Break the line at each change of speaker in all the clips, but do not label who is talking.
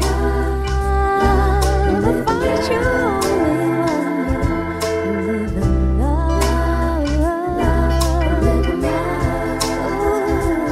Love, find you only one. Live in love, live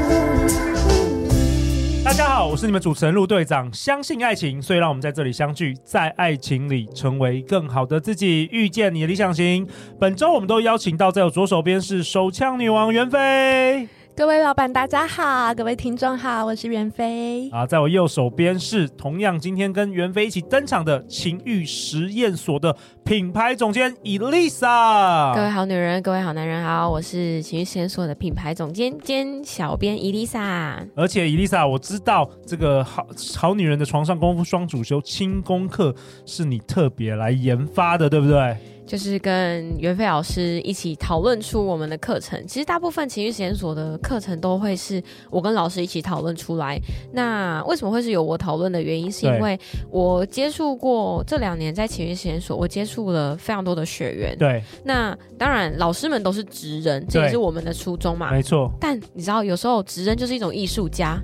in love.
大家好，我是你们主持人陆队长。相信爱情，所以让我们在这里相聚，在爱情里成为更好的自己，遇见你的理想型。本周我们都邀请到在我左手边是手枪女王袁飞，
各位老板大家好，各位听众好，我是袁飞。
啊，在我右手边是同样今天跟袁飞一起登场的情欲实验所的品牌总监
各位
Elisa。
好女人，各位好男人好，我是情绪实验所的品牌总监兼小编伊丽莎。
而且 Elisa，我知道这个好好女人的床上功夫双主修轻功课是你特别来研发的，对不对？
就是跟袁飞老师一起讨论出我们的课程。其实大部分情绪实验所的课程都会是我跟老师一起讨论出来。那为什么会是由我讨论的原因，是
对
因为我接触过这两年在情绪实验所，我接触了非常多的学员。
对，
那当然，老师们都是职人，这也
对
是我们的初衷嘛。
没错。
但你知道，有时候职人就是一种艺术家，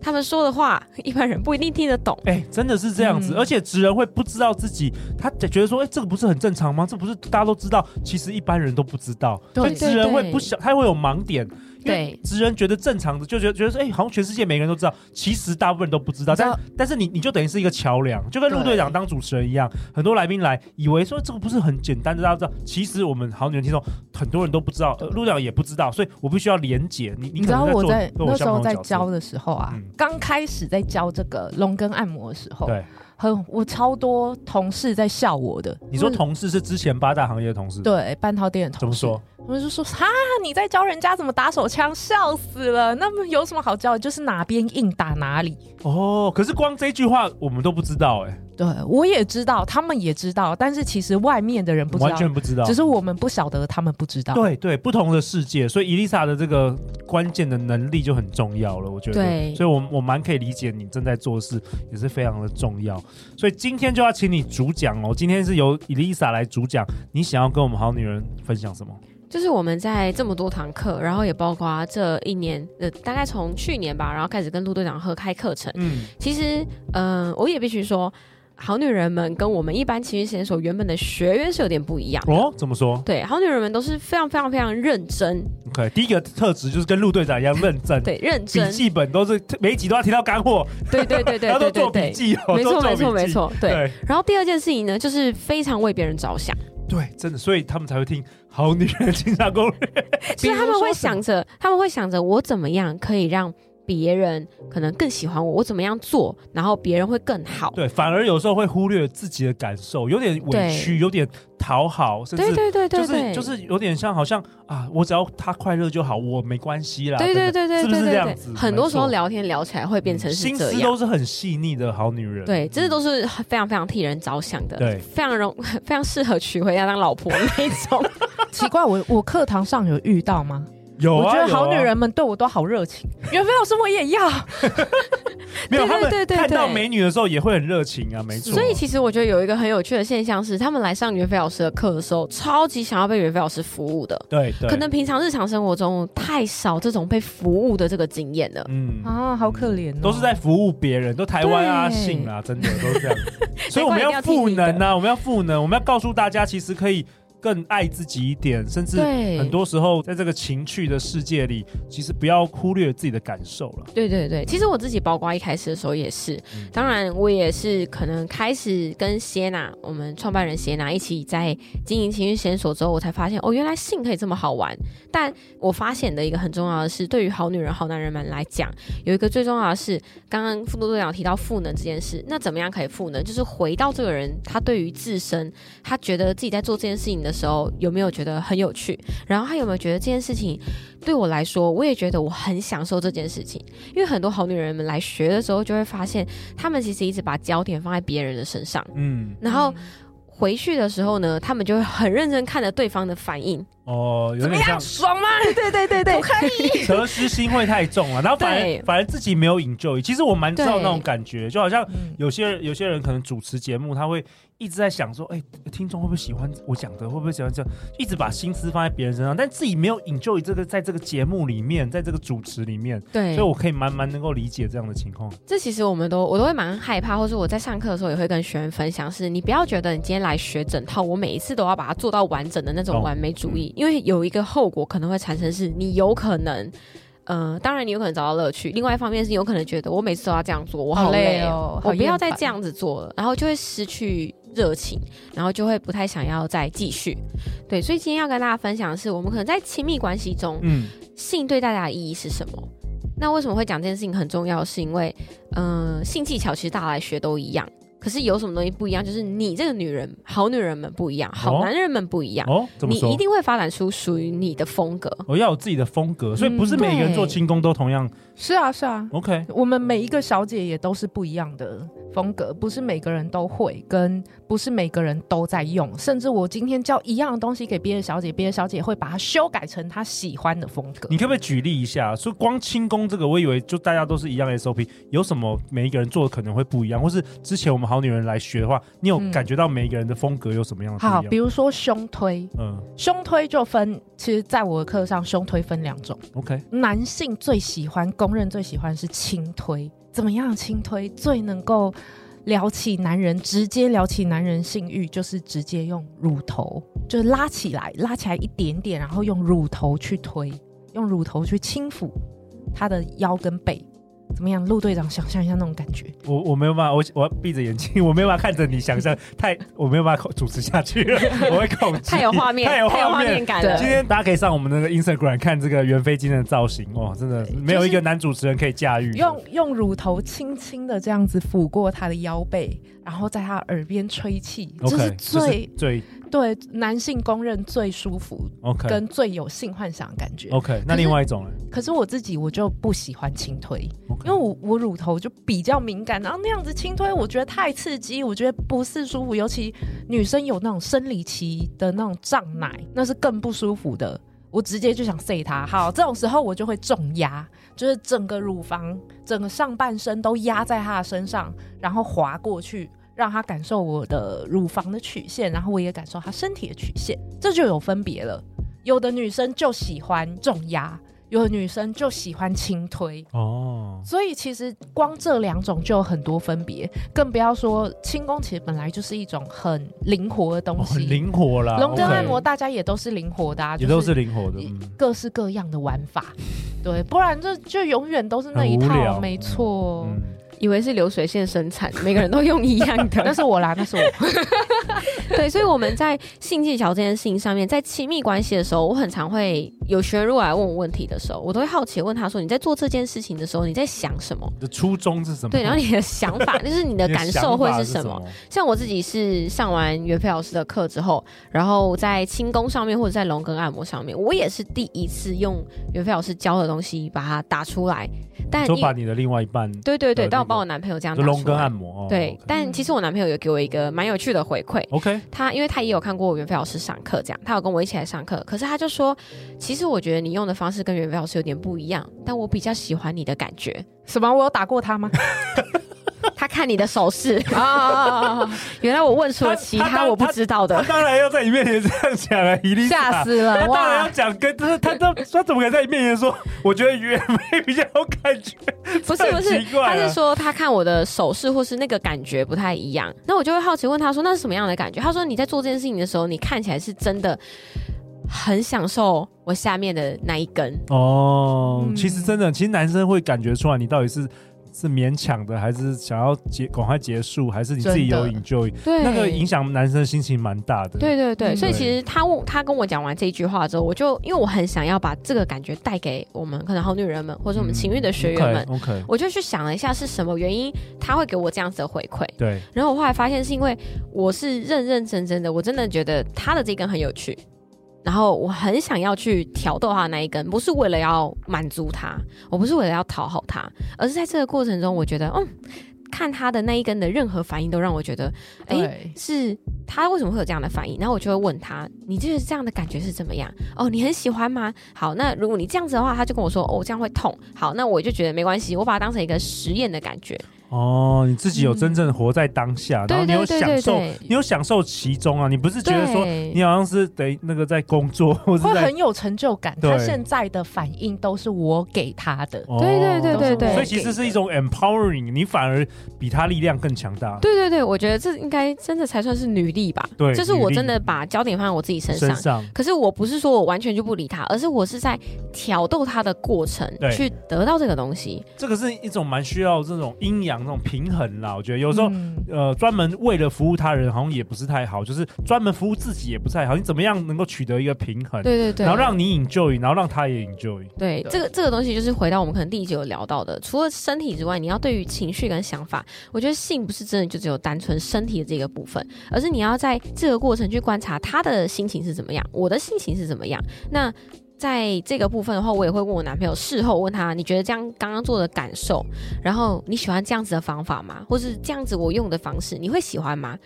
他们说的 话一般人不一定听得懂。
哎、真的是这样子，
嗯
而且职人会不知道自己，他觉得说，哎、这个不是很正常吗？这不是大家都知道，其实一般人都不知道，
对
所以职人会不想，他会有盲点。因为
对
职人觉得正常的，就觉得觉得说，哎、好像全世界每个人都知道，其实大部分人都不知道。
知
但
道
但是你你就等于是一个桥梁，就跟陆队长当主持人一样，很多来宾来以为说这个不是很简单的，大家知道，其实我们好女人听众很多人都不知道，呃陆、队长也不知道，所以我必须要连结你。你
你
可
知
能
道我
做
在
跟
那时
相
候
同的
在
角色
教的时候啊
嗯，
刚、开始在教这个龙根按摩的时候，
对，
很我超多同事在笑我的。
你说
他们
同事是之前八大行业的同事，
对半套店的
怎
同
么
事，
说？
他们就说哈，你在教人家怎么打手枪，笑死了。那么有什么好教的？就是哪边硬打哪里。
哦，可是光这句话我们都不知道哎、
对我也知道，他们也知道，但是其实外面的人不知
完
道，
全不知道。
只是我们不晓得，他们不知道。
对对，不同的世界，所以伊丽莎的这个关键的能力就很重要了，我觉得。
对
所以我我蛮可以理解你正在做的事也是非常的重要，所以今天就要请你主讲哦。今天是由伊丽莎来主讲，你想要跟我们好女人分享什么？
就是我们在这么多堂课，然后也包括这一年，呃，大概从去年吧，然后开始跟陆队长合开课程。
嗯，
其实，嗯、我也必须说，好女人们跟我们一般情绪实验所原本的学员是有点不一样。
哦，怎么说
对，好女人们都是非常非常非常认真，
？OK，第一个特质就是跟陆队长一样认真。。
对，认
笔
真，
记本都是每一集都要提到干货，
对对对对
然后都
对对
做
对
笔，记哦，
没错
都做
没
笔
错没
记，
错，对。然后第二件事情呢，就是非常为别人着想。
对，真的，所以他们才会听《好女人情场攻 略》。
所以他们会想着，他们会想着我怎么样可以让别人可能更喜欢我，我怎么样做，然后别人会更好。
对，反而有时候会忽略自己的感受，有点委屈，有点讨好，甚
对
至
对对
就
对
是
对，
就是有点像好像啊，我只要他快乐就好，我没关系啦。
对对
等等
对对
啊是不
对
是这
对
样
对，
子？
很多时候
没错嗯
聊天聊起来会变成是
心
这
思
样。
都是很细腻的好女人。嗯
对，这都是非常非常替人着想的，
对
非常容非常适合娶回家当老 婆的那一种。
奇怪，我我课堂上有遇到吗？
有啊，
我觉得
有啊
好女人们对我都好热情。袁飞老师，我也要。
没有
对对
他们
对对
看到
对
美女的时候也会很热情啊，没错。
所以其实我觉得有一个很有趣的现象是，他们来上袁飞老师的课的时候，超级想要被袁飞老师服务的。
对对，
可能平常日常生活中太少这种被服务的这个经验了。
嗯
啊，好可怜哦！
都是在服务别人，都台湾啊、
对
性啊，真的都是这样。 所以我们
难怪一定
要
要听
赋
你的
能啊，我们要赋能，我们要告诉大家，其实可以更爱自己一点，甚至
对
很多时候在这个情趣的世界里，其实不要忽略自己的感受了。
对对对，其实我自己包括一开始的时候也是
嗯，
当然我也是可能开始跟谢娜，我们创办人谢娜一起在经营情绪检索之后，我才发现哦，原来性可以这么好玩。但我发现的一个很重要的是，对于好女人、好男人们来讲，有一个最重要的是，刚刚副队长提到赋能这件事，那怎么样可以赋能？就是回到这个人，他对于自身，他觉得自己在做这件事情的时候，有没有觉得很有趣？然后他有没有觉得这件事情对我来说，我也觉得我很享受这件事情。因为很多好女人们来学的时候，就会发现她们其实一直把焦点放在别人的身上，
嗯，
然后回去的时候呢，她们就会很认真看着对方的反应，
哦，有
怎么
点像
样，爽 吗？
对对对对，
可以，
得失心会太重了，然后反
对
而反而自己没有 enjoy。其实我蛮知道
对
那种感觉，就好像
嗯
有些人有些人可能主持节目，他会一直在想说，哎、听众会不会喜欢我讲的，会不会喜欢这样，一直把心思放在别人身上，但自己没有 enjoy 这个在这个节目里面，在这个主持里面，
对，
所以我可以蛮蛮能够理解这样的情况。
这其实我们都我都会蛮害怕，或是我在上课的时候也会跟学员分享是，你不要觉得你今天来学整套，我每一次都要把它做到完整的那种
懂
完美主义，因为有一个后果可能会产生是你有可能。呃，当然你有可能找到乐趣，另外一方面是有可能觉得我每次都要这样做，我好累哦，
哦
我不要再这。样子做了，然后就会失去热情，然后就会不太想要再继续。对，所以今天要跟大家分享的是，我们可能在亲密关系中，
嗯，
性对大家的意义是什么？那为什么会讲这件事情很重要？是因为，嗯、性技巧其实大家来学都一样，可是有什么东西不一样？就是你这个女人，好女人们不一样，好男人们不一样，
哦，怎么
你
说
一？定会发展出属于你的风格。
我要有自己的风格，所以不是每个人
嗯对
做轻功都同样。
是啊，是啊，
OK，
我们每一个小姐也都是不一样的风格，不是每个人都会，跟不是每个人都在用。甚至我今天教一样的东西给别的小姐，别的小姐会把它修改成她喜欢的风格。
你可不可以举例一下？说光轻功这个，我以为就大家都是一样 SOP，有什么每一个人做的可能会不一样，或是之前我们好女人来学的话，你有
嗯
感觉到每一个人的风格有什么样的不
好，
一
比
样？
如说胸推，
嗯
胸推就分，其实在我的课上，胸推分两种。
，OK，
男性最喜欢、公认最喜欢是轻推，怎么样？轻推最能够撩起男人，直接撩起男人性欲，就是直接用乳头，就是拉起来，拉起来一点点，然后用乳头去推，用乳头去轻抚他的腰跟背，怎么样？陆队长，想象一下那种感觉。
我我没有办法，我我要闭着眼睛，我没有办法看着你想象，太我没有办法主持下去了，我会恐惧，
太有画面，
太有
画
画面。
感
对
了
今。天大家可以上我们那个 Instagram 看这个袁飞今天的造型，哇，真的没有一个男主持人可以驾驭的。
用用乳头轻轻的这样子抚过他的腰背，然后在他耳边吹气，这
OK，
是
这
最
最
对男性公认最舒服
OK
跟最有性幻想的感觉。
OK，那
可是
另外一种呢
可是我自己我就不喜欢轻推，
？OK？
因为我我乳头就比较敏感，然后那样子轻推我觉得太刺激，我觉得不是舒服，尤其女生有那种生理期的那种胀奶，那是更不舒服的。我直接就想塞它，好，这种时候我就会重压，就是整个乳房、整个上半身都压在她的身上，然后滑过去，让她感受我的乳房的曲线，然后我也感受她身体的曲线，这就有分别了。有的女生就喜欢重压，有的女生就喜欢轻推，
哦，
所以其实光这两种就有很多分别，更不要说轻功其实本来就是一种很灵活的东
哦
西。
很灵活啦，
龙针
OK
按摩大家也都是灵活的、啊，
也
就
都是灵活的，
一
嗯
各式各样的玩法。对，不然就就永远都是那一
很无聊
套，没错。
哦
嗯，
以为是流水线生产，每个人都用一样 的
那。是我啦，那是我。
对，所以我们在性技巧这件事情上面，在亲密关系的时候，我很常会有学员如果来问我问题的时候，我都会好奇地问他说：“你在做这件事情的时候，你在想什么
你的初衷是什么？”
对，然后你的想法，就是你的
你
感
想
受会
法
是
是
什么？？像我自己是上完袁飞老师的课之后，然后在轻功上面或者在龙根按摩上面，我也是第一次用袁飞老师教的东西把它打出来。但
就
因
把你的另外一半就
对对对，
的
但我
那
帮
个
我男朋友这样打
龙
出
跟按
来。
摩，哦
对，但其实我男朋友有给我一个蛮有趣的回馈，
，OK，
他因为他也有看过袁飞老师上课，这样他有跟我一起来上课，可是他就说，其实我觉得你用的方式跟袁飞老师有点不一样，但我比较喜欢你的感觉。
什么？我有打过他吗？
他看你的手势，
啊啊啊啊啊啊！
原来我问出了其
他他
他我不知道
他
的。
当然要在你面前这样讲啊，伊丽莎
吓！死
他
了！
当然
哇
要，讲跟，就是他他他怎么可以在你面前说？ 我觉得袁飞比较有感觉，
不是
太
不是
奇，怪
他
了
是说他看我的手势或是那个感觉不太一样，那我就会好奇问他说那是什么样的感觉？他说你在做这件事情的时候，你看起来是真的很享受我下面的那一根。
哦
嗯
其实真的，其实男生会感觉出来你到底是。是勉强的，还是想要结赶快结束，还是你自己有
真的
enjoy？
对，
那个影响男生心情蛮大的。
对对对，
嗯
所以其实他问他跟我讲完这一句话之后，我就因为我很想要把这个感觉带给我们可能好女人们，或者我
嗯
们情欲的学员们，
，OK，, o k
我就去想了一下是什么原因他会给我这样子的回馈。
对，
然后我后来发现是因为我是认认真真的，我真的觉得他的这根很有趣，然后我很想要去挑逗他的那一根，不是为了要满足他，我不是为了要讨好他，而是在这个过程中，我觉得嗯。看他的那一根的任何反应都让我觉得，哎、
对，
是他为什么会有这样的反应？然后我就会问他，你这个这样的感觉是怎么样？哦，你很喜欢吗？好，那如果你这样子的话，他就跟我说，哦，这样会痛。好，那我就觉得没关系，我把它当成一个实验的感觉。
哦，你自己有真正活在当下，啊然后
对
你有
对对
享
对
受，
对，
你有享受其中啊，你不是觉得说
对
你好像是得那个在工作 或是
会
在
很有成就感。
对
他现在的反应都是我给他的，
哦
对对对对对
所以其实是一种 empowering，你反而比他力量更强大。
对对对，我觉得这应该真的才算是女力吧。
对
就是
女
我
力
真的把焦点放在我自己身上
身。上
可是我不是说我完全就不理他，而是我是在挑逗他的过程
对
去得到这个东西。
这个是一种蛮需要这种阴阳那种平衡啦。我觉得有时候。
嗯
呃，专门为了服务他人，好像也不是太好，就是专门服务自己也不太好。你怎么样能够取得一个平衡，
对对对，
然后让你 enjoy，然后让他也 enjoy？
对
对
这个这个东西，就是回到我们可能第一集有聊到的，除了身体之外，你要对于情绪跟想法，我觉得性不是真的就只有单纯身体的这个部分，而是你要在这个过程去观察他的心情是怎么样，我的心情是怎么样。那在这个部分的话，我也会问我男朋友，事后问他，你觉得这样刚刚做的感受，然后你喜欢这样子的方法吗？或是这样子我用的方式，你会喜欢吗？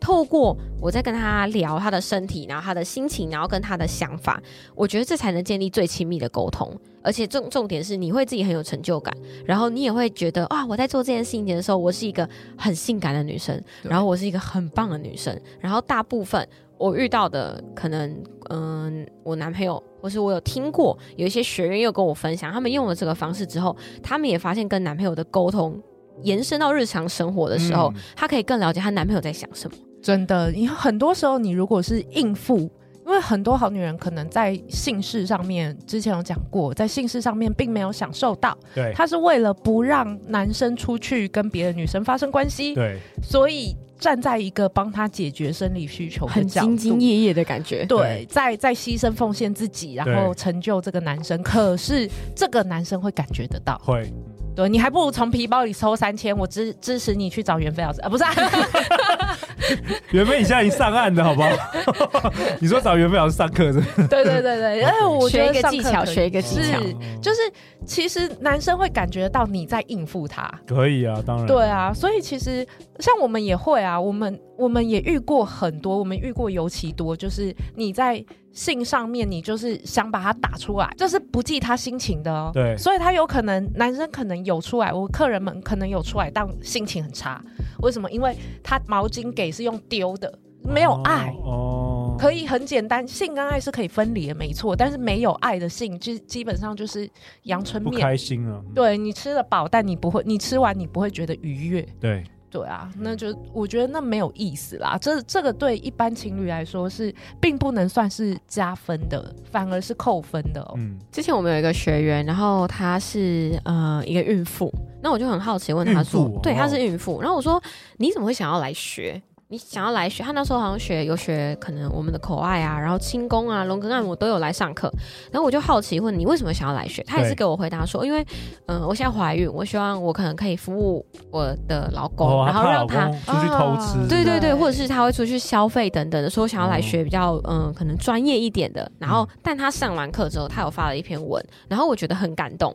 透过我在跟他聊他的身体，然后他的心情，然后跟他的想法，我觉得这才能建立最亲密的沟通。而且重重点是，你会自己很有成就感，然后你也会觉得啊，我在做这件事情的时候，我是一个很性感的女生，
对
然后我是一个很棒的女生，然后大部分我遇到的可能，嗯、我男朋友或是我有听过有一些学员又跟我分享，他们用了这个方式之后，他们也发现跟男朋友的沟通延伸到日常生活的时候，
嗯
她可以更了解她男朋友在想什么。
真的，你很多时候你如果是应付，因为很多好女人可能在性事上面，之前有讲过，在性事上面并没有享受到，
对
她是为了不让男生出去跟别的女生发生关系，
对，
所以站在一个帮她解决生理需求的
很
角
兢兢
度。
业业的感觉。
对，在在牺牲奉献自己，然后
对
成就这个男生。可是这个男生会感觉得到，
会
对你还不如从皮包里抽三千，我支支持你去找袁飞老师啊，不是啊、
袁飞，你现在已经上岸了，好不好？ 你说找袁飞老师上课是不是？
对对对对，因为我觉
学
得
一个
上
技
课
巧，
可以
学一个技巧。
是就是其实男生会感觉到你在应付他。
可以啊，当然
对啊，所以其实像我们也会啊，我们我们也遇过很多，我们遇过尤其多，就是你在性上面，你就是想把它打出来，这是不计他心情的哦。
对
所以他有可能男生可能有出来，我客人们可能有出来，但心情很差。为什么？因为他毛巾给是用丢的，没有爱。
哦，
可以很简单，性跟爱是可以分离的，没错。但是没有爱的性，基基本上就是阳春
不
面。
开心啊，
对你吃了饱，但你不会，你吃完你不会觉得愉悦。
对
对啊，那就我觉得那没有意思啦。这这个对一般情侣来说是并不能算是加分的，反而是扣分的哦。
嗯，
之前我们有一个学员，然后她是呃一个孕妇，那我就很好奇问她说，
孕妇哦
对，她是孕妇，然后我说你怎么会想要来学？你想要来学？她那时候好像学有学可能我们的口爱啊，然后轻功啊、龙根按摩都有来上课，然后我就好奇问你为什么想要来学？她也是
对
给我回答说，因为嗯、呃我现在怀孕，我希望我可能可以服务我的老公，
哦
然后
怕
让
老
他
公出去偷吃，
啊
对对对，
对
或者是他会出去消费等等的，说想要来学比较嗯、可能专业一点的。然后，
嗯
但他上完课之后，他有发了一篇文，然后我觉得很感动。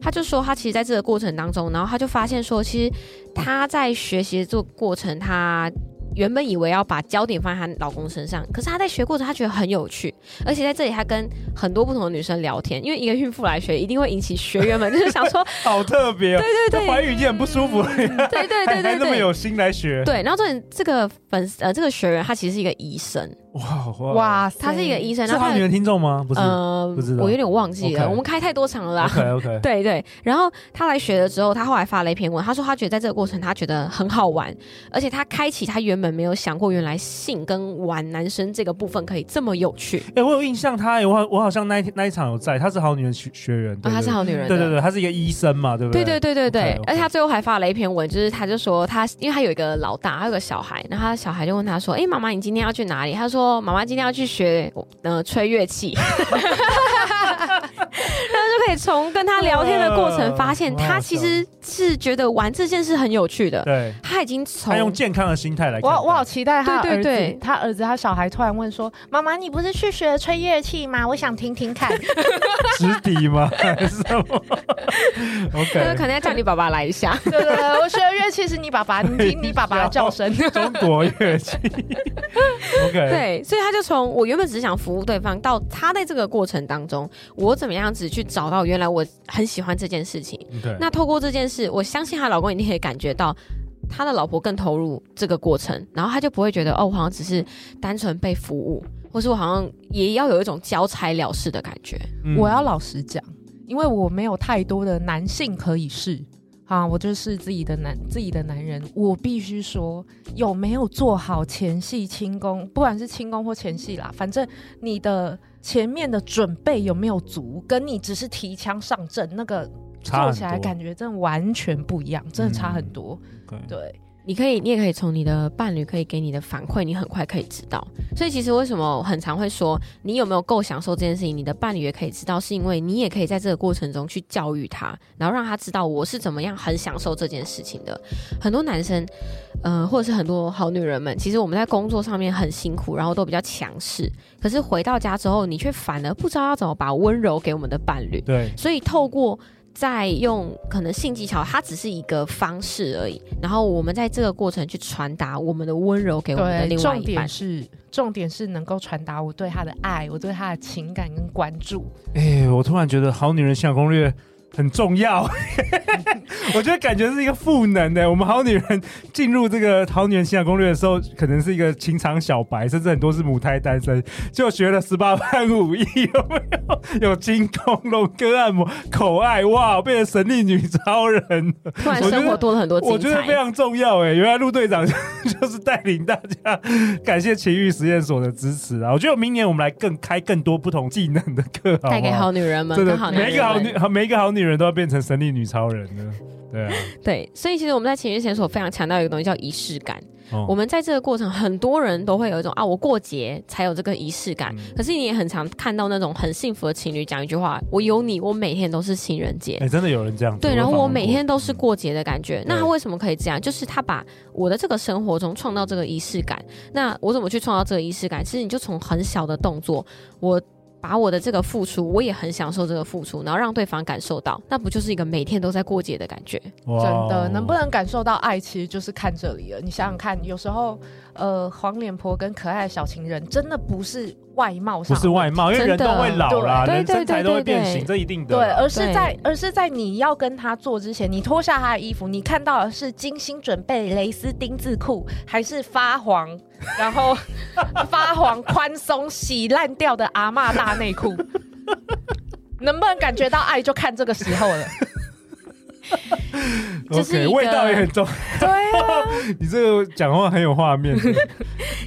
他就说，他其实在这个过程当中，然后他就发现说，其实他在学习的这个过程，他原本以为要把焦点放在她老公身上，可是她在学过程，她觉得很有趣，而且在这里她跟很多不同的女生聊天，因为一个孕妇来学，一定会引起学员们就是想说，
好特别哦，
对
这
对
怀
对，
孕已经很不舒服了，
对对
还 还
对对
那么
对。
有心来学，
对，然后重点，这个粉丝呃，这个学员他其实是一个医生，
哇哇，
哇塞，
他是一个医生，
是
然后
好
他
女人听众吗？不是
呃
不知道
我有点忘记了
OK
我们开太多场了啦。
，OK OK，
对对，然后他来学了之后，他后来发了一篇文，他说他觉得在这个过程他觉得很好玩，而且他开启他原本没有想过，原来性跟玩男生这个部分可以这么有趣
哎，我有印象，她我好我好像那一那一场有在，她是好女人学学员，
啊，
对
他是好女人的。
对对对，她是一个医生嘛，对不
对
对
对对对对
OK，OK
而且他最后还发了一篇文，就是他就说他，因为他有一个老大，他有个小孩，然后他小孩就问他说：“哎、妈妈，你今天要去哪里？”他说：“妈妈今天要去学呃吹乐器。” 然后就可以从跟他聊天的过程发现，
哇
他其实是觉得玩这件事很有趣的。
对，
他已经
她用
从
健康的心态来
我
看待，
我好期待他儿子，
对对对
他儿子他小孩突然问说：“妈妈，你不是 去学吹乐器吗？我想听听看。
直抵吗？还是什么？
那
OK，
可能要叫你爸爸来一下。
对对对，我学的乐器是你爸爸，你听你爸爸的 叫声。
中国乐 器。OK，
对，所以他就从我原本只是想服务对方，到他在这个过程当中，我怎么样子去找到原来我很喜欢这件事情。
对，
那透过这件事，我相信她老公一定可以感觉到。他的老婆更投入这个过程，然后他就不会觉得哦，我好像只是单纯被服务，或是我好像也要有一种交差了事的感觉。
嗯
我要老实讲，因为我没有太多的男性可以试啊，我就是自己的男自己的男人，我必须说有没有做好前戏轻功，不管是轻功或前戏啦，反正你的前面的准备有没有足，跟你只是提枪上阵那个
差
做
很
起来
多
感觉真的完全不一样，真的差很多。
OK
对，
你可以，你也可以从你的伴侣可以给你的反馈，你很快可以知道。所以其实为什么我很常会说，你有没有够享受这件事情，你的伴侣也可以知道，是因为你也可以在这个过程中去教育他，然后让他知道我是怎么样很享受这件事情的。很多男生，呃，或者是很多好女人们，其实我们在工作上面很辛苦，然后都比较强势，可是回到家之后，你却反而不知道要怎么把温柔给我们的伴侣。
对，
所以透过在用可能性技巧，它只是一个方式而已。然后我们在这个过程去传达我们的温柔给我们的
对，
另外
重
一半
点。是重点是能够传达我对他的爱，我对他的情感跟关注。
哎、我突然觉得《好女人情感攻略》很重要， 我觉得感觉是一个赋能的。我们好女人进入这个《好女人情感攻略》的时候，可能是一个情场小白，甚至很多是母胎单身，就学了十八 般武艺，有没有？有精通龙哥按摩、口爱，哇，变成神力女超人了
突然生活多了很多
我
精
觉得非
彩。
常重要哎、原来陆队长 就是带领大家感谢情欲实验所的支持啊！我觉得明年我们来更开更多不同技能的课，好不好
带给好女人们，
啊真
更
的
好，男
每一
人
个好
们
女，每一个好女人都要变成神力女超人呢。对啊，
对，所以其实我们在情绪检索非常强调一个东西叫仪式感。
哦
我们在这个过程，很多人都会有一种啊，我过节才有这个仪式
嗯
感。可是你也很常看到那种很幸福的情侣讲一句话：“我有你，我每天都是情人节。”
哎，真的有人这样
对，然后我每天都是
过。
过节的感觉。那他
嗯对
为什么可以这样？就是他把我的这个生活中创造这个仪式感。那我怎么去创造这个仪式感？其实你就从很小的动作，我把我的这个付出，我也很享受这个付出，然后让对方感受到，那不就是一个每天都在过节的感觉？
哇
真
哦
的，能不能感受到爱，其实就是看这里了。你想想看，有时候，呃，黄脸婆跟可爱的小情人，真的不是外貌
不
上，
是外貌，因为人
真
都
的
会老啦，
对
人
对
身材
对
都会
对
变
对
形，这一定的。
对，而是
对呃
在而是在你要跟他做之前，你脱下他的衣服，你看到的是精心准备蕾丝丁字裤，还是发黄，然后发黄宽松洗烂掉的阿嬷大 内裤？能不能感觉到爱，就看这个时候了。
这是
OK，
一个
味道也很重。
对啊，
你这个讲话很有画 面。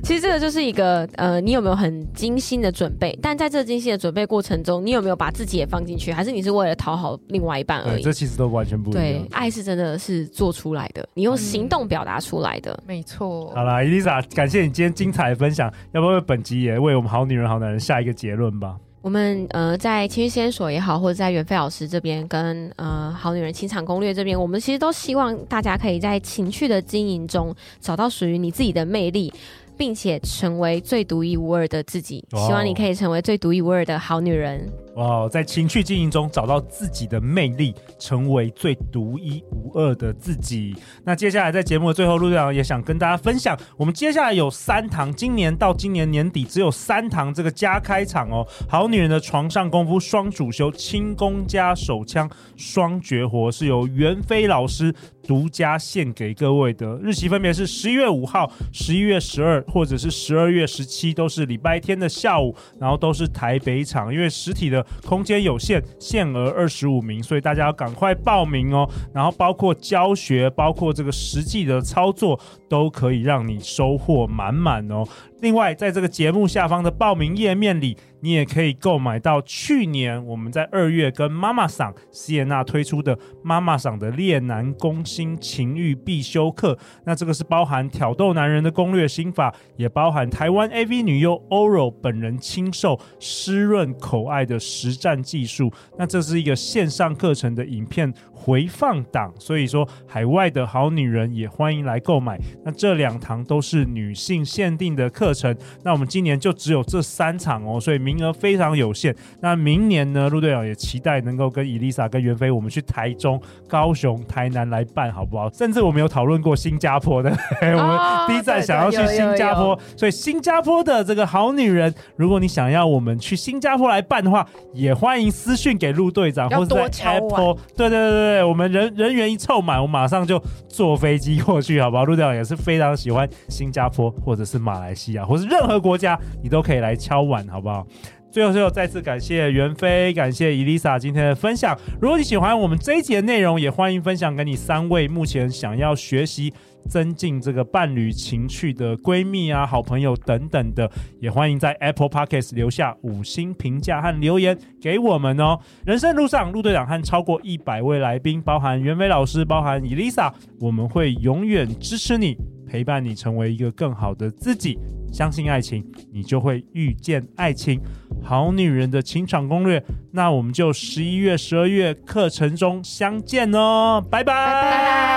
其实这个就是一个呃，你有没有很精心的准备？但在这精心的准备过程中，你有没有把自己也放进去？还是你是为了讨好另外一半而
对，
已？
哎这其实都完全不一
对
样，。
爱是真的是做出来的，你用行动表达出来的。
没错
好啦 e l i s a 感谢你今天精彩的分享，要不要为本集也为我们好女人、好男人下一个结论吧？
我们呃在情绪线索也好，或者在袁飞老师这边跟呃好女人情场攻略这边，我们其实都希望大家可以在情趣的经营中找到属于你自己的魅力。并且成为最独一无二的自己，
哇哦
希望你可以成为最独一无二的好女人。
哇，哦在情趣经营中找到自己的魅力，成为最独一无二的自己。那接下来在节目的最后，陆队长也想跟大家分享，我们接下来有三堂，今年到今年年底只有三堂这个加开场哦，《好女人的床上功夫》双主修，轻功加手枪双绝活是由袁飞老师。独家献给各位的日期分别是十一月五号、十一月十二，或者是十二月十七，都是礼拜天的下午然后都是台北场，因为实体的空间有限，限额二十五名，所以大家要赶快报名哦。然后包括教学，包括这个实际的操作，都可以让你收获满满哦。另外，在这个节目下方的报名页面里，你也可以购买到去年我们在二月跟妈妈桑谢娜推出的妈妈桑的猎男攻心情欲必修课。那这个是包含挑逗男人的攻略心法，也包含台湾 AV 女优 Oro 本人亲授湿润口爱的实战技术。那这是一个线上课程的影片回放档，所以说海外的好女人也欢迎来购买。那这两堂都是女性限定的课课程。那我们今年就只有这三场哦，所以名额非常有限。那明年呢，陆队啊长也期待能够跟伊丽莎、跟袁飞，我们去台中、高雄、台南来办，好不好？甚至我们有讨论过新加坡的，嘿哎我们
哦
第一站
对
想要去
对有有
新加
有
坡，所以新加坡的这个好女人，如果你想要我们去新加坡来办的话，也欢迎私讯给陆队长，
要
或者
多
在
敲啊
Apple，对对对对，我们人人员一凑满，我马上就坐飞机过去，好不好？陆队长也是非常喜欢新加坡或者是马来西亚，或是任何国家，你都可以来敲碗，好不好？最后，最后再次感谢袁飞，感谢伊丽莎今天的分享。如果你喜欢我们这一集的内容，也欢迎分享给你三位目前想要学习增进这个伴侣情趣的闺蜜啊、好朋友等等的，也欢迎在 Apple Podcast 留下五星评价和留言给我们哦。人生路上，陆队长和超过一百位来宾，包含袁飞老师，包含 Elisa，我们会永远支持你，陪伴你成为一个更好的自己。相信爱情，你就会遇见爱情。好女人的情场攻略，那我们就十一月、十二月课程中相见哦，拜拜
拜拜。